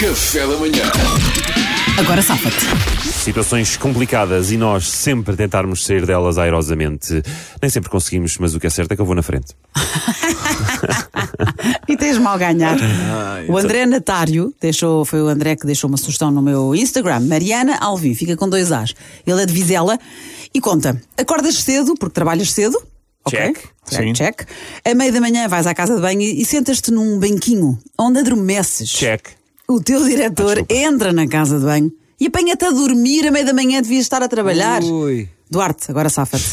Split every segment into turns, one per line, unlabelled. Café da manhã.
Agora safa-te.
Situações complicadas e nós sempre tentarmos sair delas airosamente. Nem sempre conseguimos, mas o que é certo é que eu vou na frente.
E tens mal ganhar. o André Natário deixou, foi o André que deixou uma sugestão no meu Instagram. Mariana Alvim, fica com dois As. Ele é de Vizela e conta: acordas cedo, porque trabalhas cedo. ok?
Check.
Check, check. A meio da manhã vais à casa de banho e e sentas-te num banquinho onde adormeces.
Check.
O teu diretor entra na casa de banho e apanha-te a dormir a meio da manhã, devias estar a trabalhar. Duarte, agora safa-te.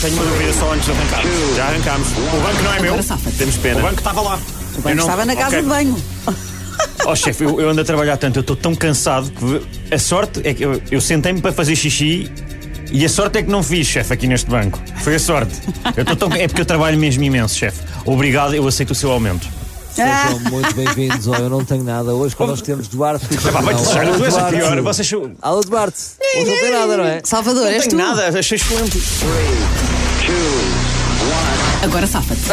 Tenho uma dúvida só antes de arrancarmos. Já arrancámos. O banco não é meu.
Agora safa-te.
Temos pena.
O banco estava lá. O
Bem, Estava na casa de banho.
Oh, chefe, eu, eu ando a trabalhar tanto, eu estou tão cansado que a sorte é que eu, eu sentei-me para fazer xixi e a sorte é que não fiz, chefe, aqui neste banco. Foi a sorte. Eu estou tão, é porque eu trabalho mesmo imenso, chefe. Obrigado, eu aceito o seu aumento.
Ah.
Sejam muito bem-vindos. Olha, eu não tenho nada. Hoje connosco temos Duarte.
Pá, vai deixar,
Alô,
tu és a pior.
Duarte.
Vocês. são-
Alô, Duarte. Hoje não tem nada, não é?
Salvador,
Não
és
tenho
tu.
nada, achei excelente.
Agora safa-te.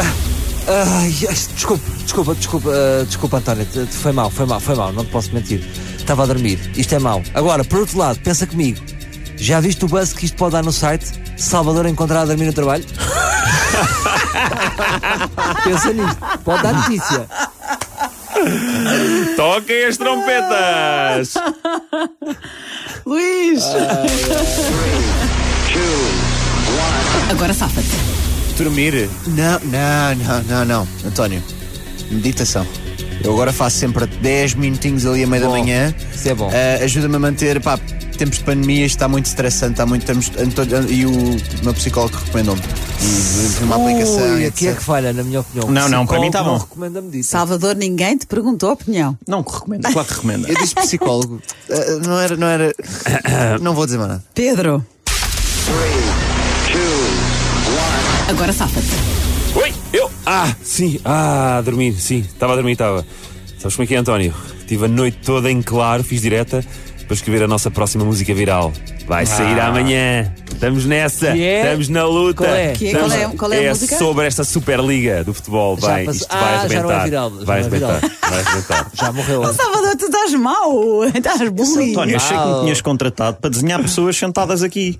Ai, ai, desculpa, desculpa, desculpa, ah, desculpa, António. Te- te- Foi mal, foi mal, foi mal. Não te posso mentir. Estava a dormir. Isto é mau. Agora, por outro lado, pensa comigo. Já viste o buzz que isto pode dar no site? Salvador encontrar a dormir no trabalho? pensa nisto. Pode dar notícia.
Toquem as trompetas!
Ah,
Luís! Agora safa-te.
Dormir? Não, não, não, não, não. António, meditação. Eu agora faço sempre 10 minutinhos ali a meio
Bom,
da manhã.
isso é bom.
Ah, Ajuda-me a manter, pá, tempos de pandemia, está muito estressante, está muito. Estamos, António- e o meu psicólogo recomendou-me. E de uma aplicação.
Ui,
e
aqui é
etc.
que falha, na minha opinião.
Não, não, para mim tá
Psicólogo
bom.
Não recomenda meditação.
Salvador, ninguém te perguntou a opinião.
Não, que recomenda, claro que recomenda.
Eu disse psicólogo. Ah, não era, não era. Não vou dizer mais nada.
Pedro! Agora safa-te.
Oi! Eu! Ah, sim! Ah, a dormir, sim. Estava a dormir, estava. Sabes como é que é, António? Tive a noite toda em claro, fiz direta para escrever a nossa próxima música viral. Vai sair amanhã. Estamos nessa.
Que é?
Estamos na luta.
Qual é?
Que é? Qual é? Qual é a música?
sobre esta Superliga do futebol.
Já
Vai,
passou-
isto
Ah,
vai
já não é
arrebentar.
viral, já
vai
não é viral.
arrebentar. Vai arrebentar.
Já morreu.
Oh, Salvador, tu estás mau! Estás bullying!
António, achei que me
Ah.
tinhas contratado para desenhar pessoas sentadas aqui.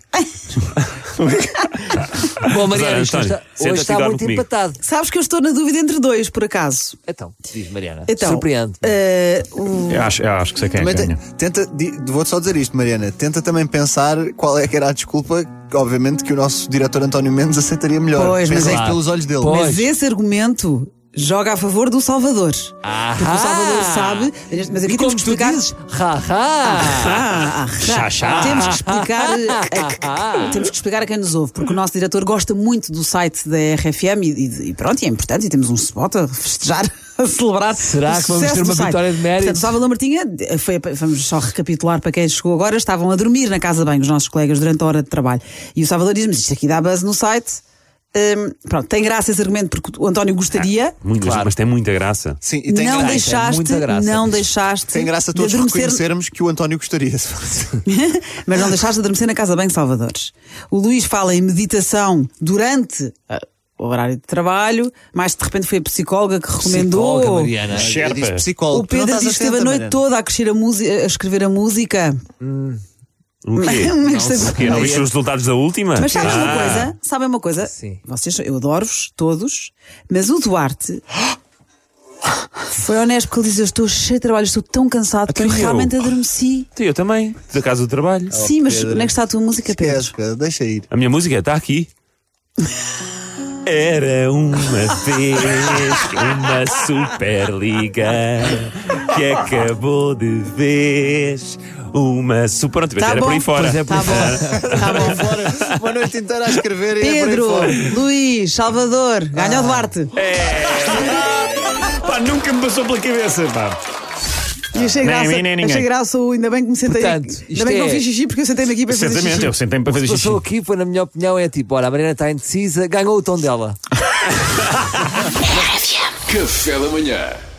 Zara,
Bom, Mariana, isto
António,
está,
senta-te
hoje
e
está
dorme
muito
comigo.
empatado.
Sabes que eu estou na dúvida entre dois, por acaso.
Então, diz Mariana.
Então,
Surpreende.
eh, o-
Eu acho, eu acho que sei quem é
Também
que
eh,
te-
ganha.
tenta, di- vou só dizer isto, Mariana. Tenta também pensar qual é que era a desculpa, que, obviamente, que o nosso diretor António Mendes aceitaria melhor.
Pois, mas
Pensa
é-
isto pelos olhos dele.
Pois.
mas esse argumento joga a favor do Salvador.
Ah,
Porque o Salvador sabe. Mas aqui temos que
e como tu
explicar.
dizes, ha, ha.
Ah, ah, ah,
chá.
Temos que explicar a, a- temos que explicar a quem nos ouve, porque o nosso diretor gosta muito do site da RFM e, e- e pronto, e é importante, e temos um spot a festejar, a celebrar.
Será
o
que vamos
sucesso
ter
do
uma
site.
vitória de mérito?
Portanto, o Salvador Martinha, eh, foi, vamos só recapitular para quem chegou agora, estavam a dormir na casa bem os nossos colegas durante a hora de trabalho. E o Salvador diz-me: isto aqui dá base no site. Hum, pronto, tem graça esse argumento porque o António gostaria.
Muito, Mas tem muita graça.
Sim, e tem
Não
graça.
deixaste,
muita graça.
não deixaste.
Tem graça
de
todos
adormecer-
reconhecermos que o António gostaria. se fosse.
Mas não deixaste de adormecer na Casa Bem Salvadores. O Luís fala em meditação durante ah, o horário de trabalho, mas de repente foi a psicóloga que recomendou.
Psicóloga, Mariana.
Eu disse
Sherpa.
psicólogo.
O
Tu não
Pedro
estás
disse que
atenta,
esteve a noite
Mariana.
toda a, crescer a, música, a escrever a música.
O quê?
mas,
O quê? Não viste os resultados da última?
mas sabem uma
Ah.
coisa? Sabem uma coisa?
Sim.
Vocês, eu adoro-vos todos, mas o Duarte foi honesto porque ele disse: Eu estou cheio de trabalho, estou tão cansado que
Até
eu
eu. Oh,
realmente adormeci.
Sim, Eu também. Da casa do trabalho.
Sim, mas
Pedro.
onde é que está a tua música, Pedro?
Esquece, Pedro, deixa ir.
A minha música está aqui. Era uma vez uma Superliga que acabou de vez uma super. Pronto,
Tá
era
bom.
por aí fora.
Pois é, por aí fora. Tá bom.
Fora, uma noite inteira a escrever e é por aí
Pedro,
fora.
Luís, Salvador,
Ah.
ganha o Duarte.
É.
Pá, nunca me passou pela cabeça, pá.
E achei
Nem a
graça,
mim, nem ninguém.
achei graça, o- ainda bem que me sentei
Portanto,
aqui. Ainda
isto
bem que
é-
não fiz xixi porque eu sentei-me aqui para fazer
Certamente,
xixi.
eu sentei-me para fazer xixi.
Passou aqui, foi na minha opinião, é tipo, olha, a Mariana está indecisa, ganhou o tom dela.
Café da manhã.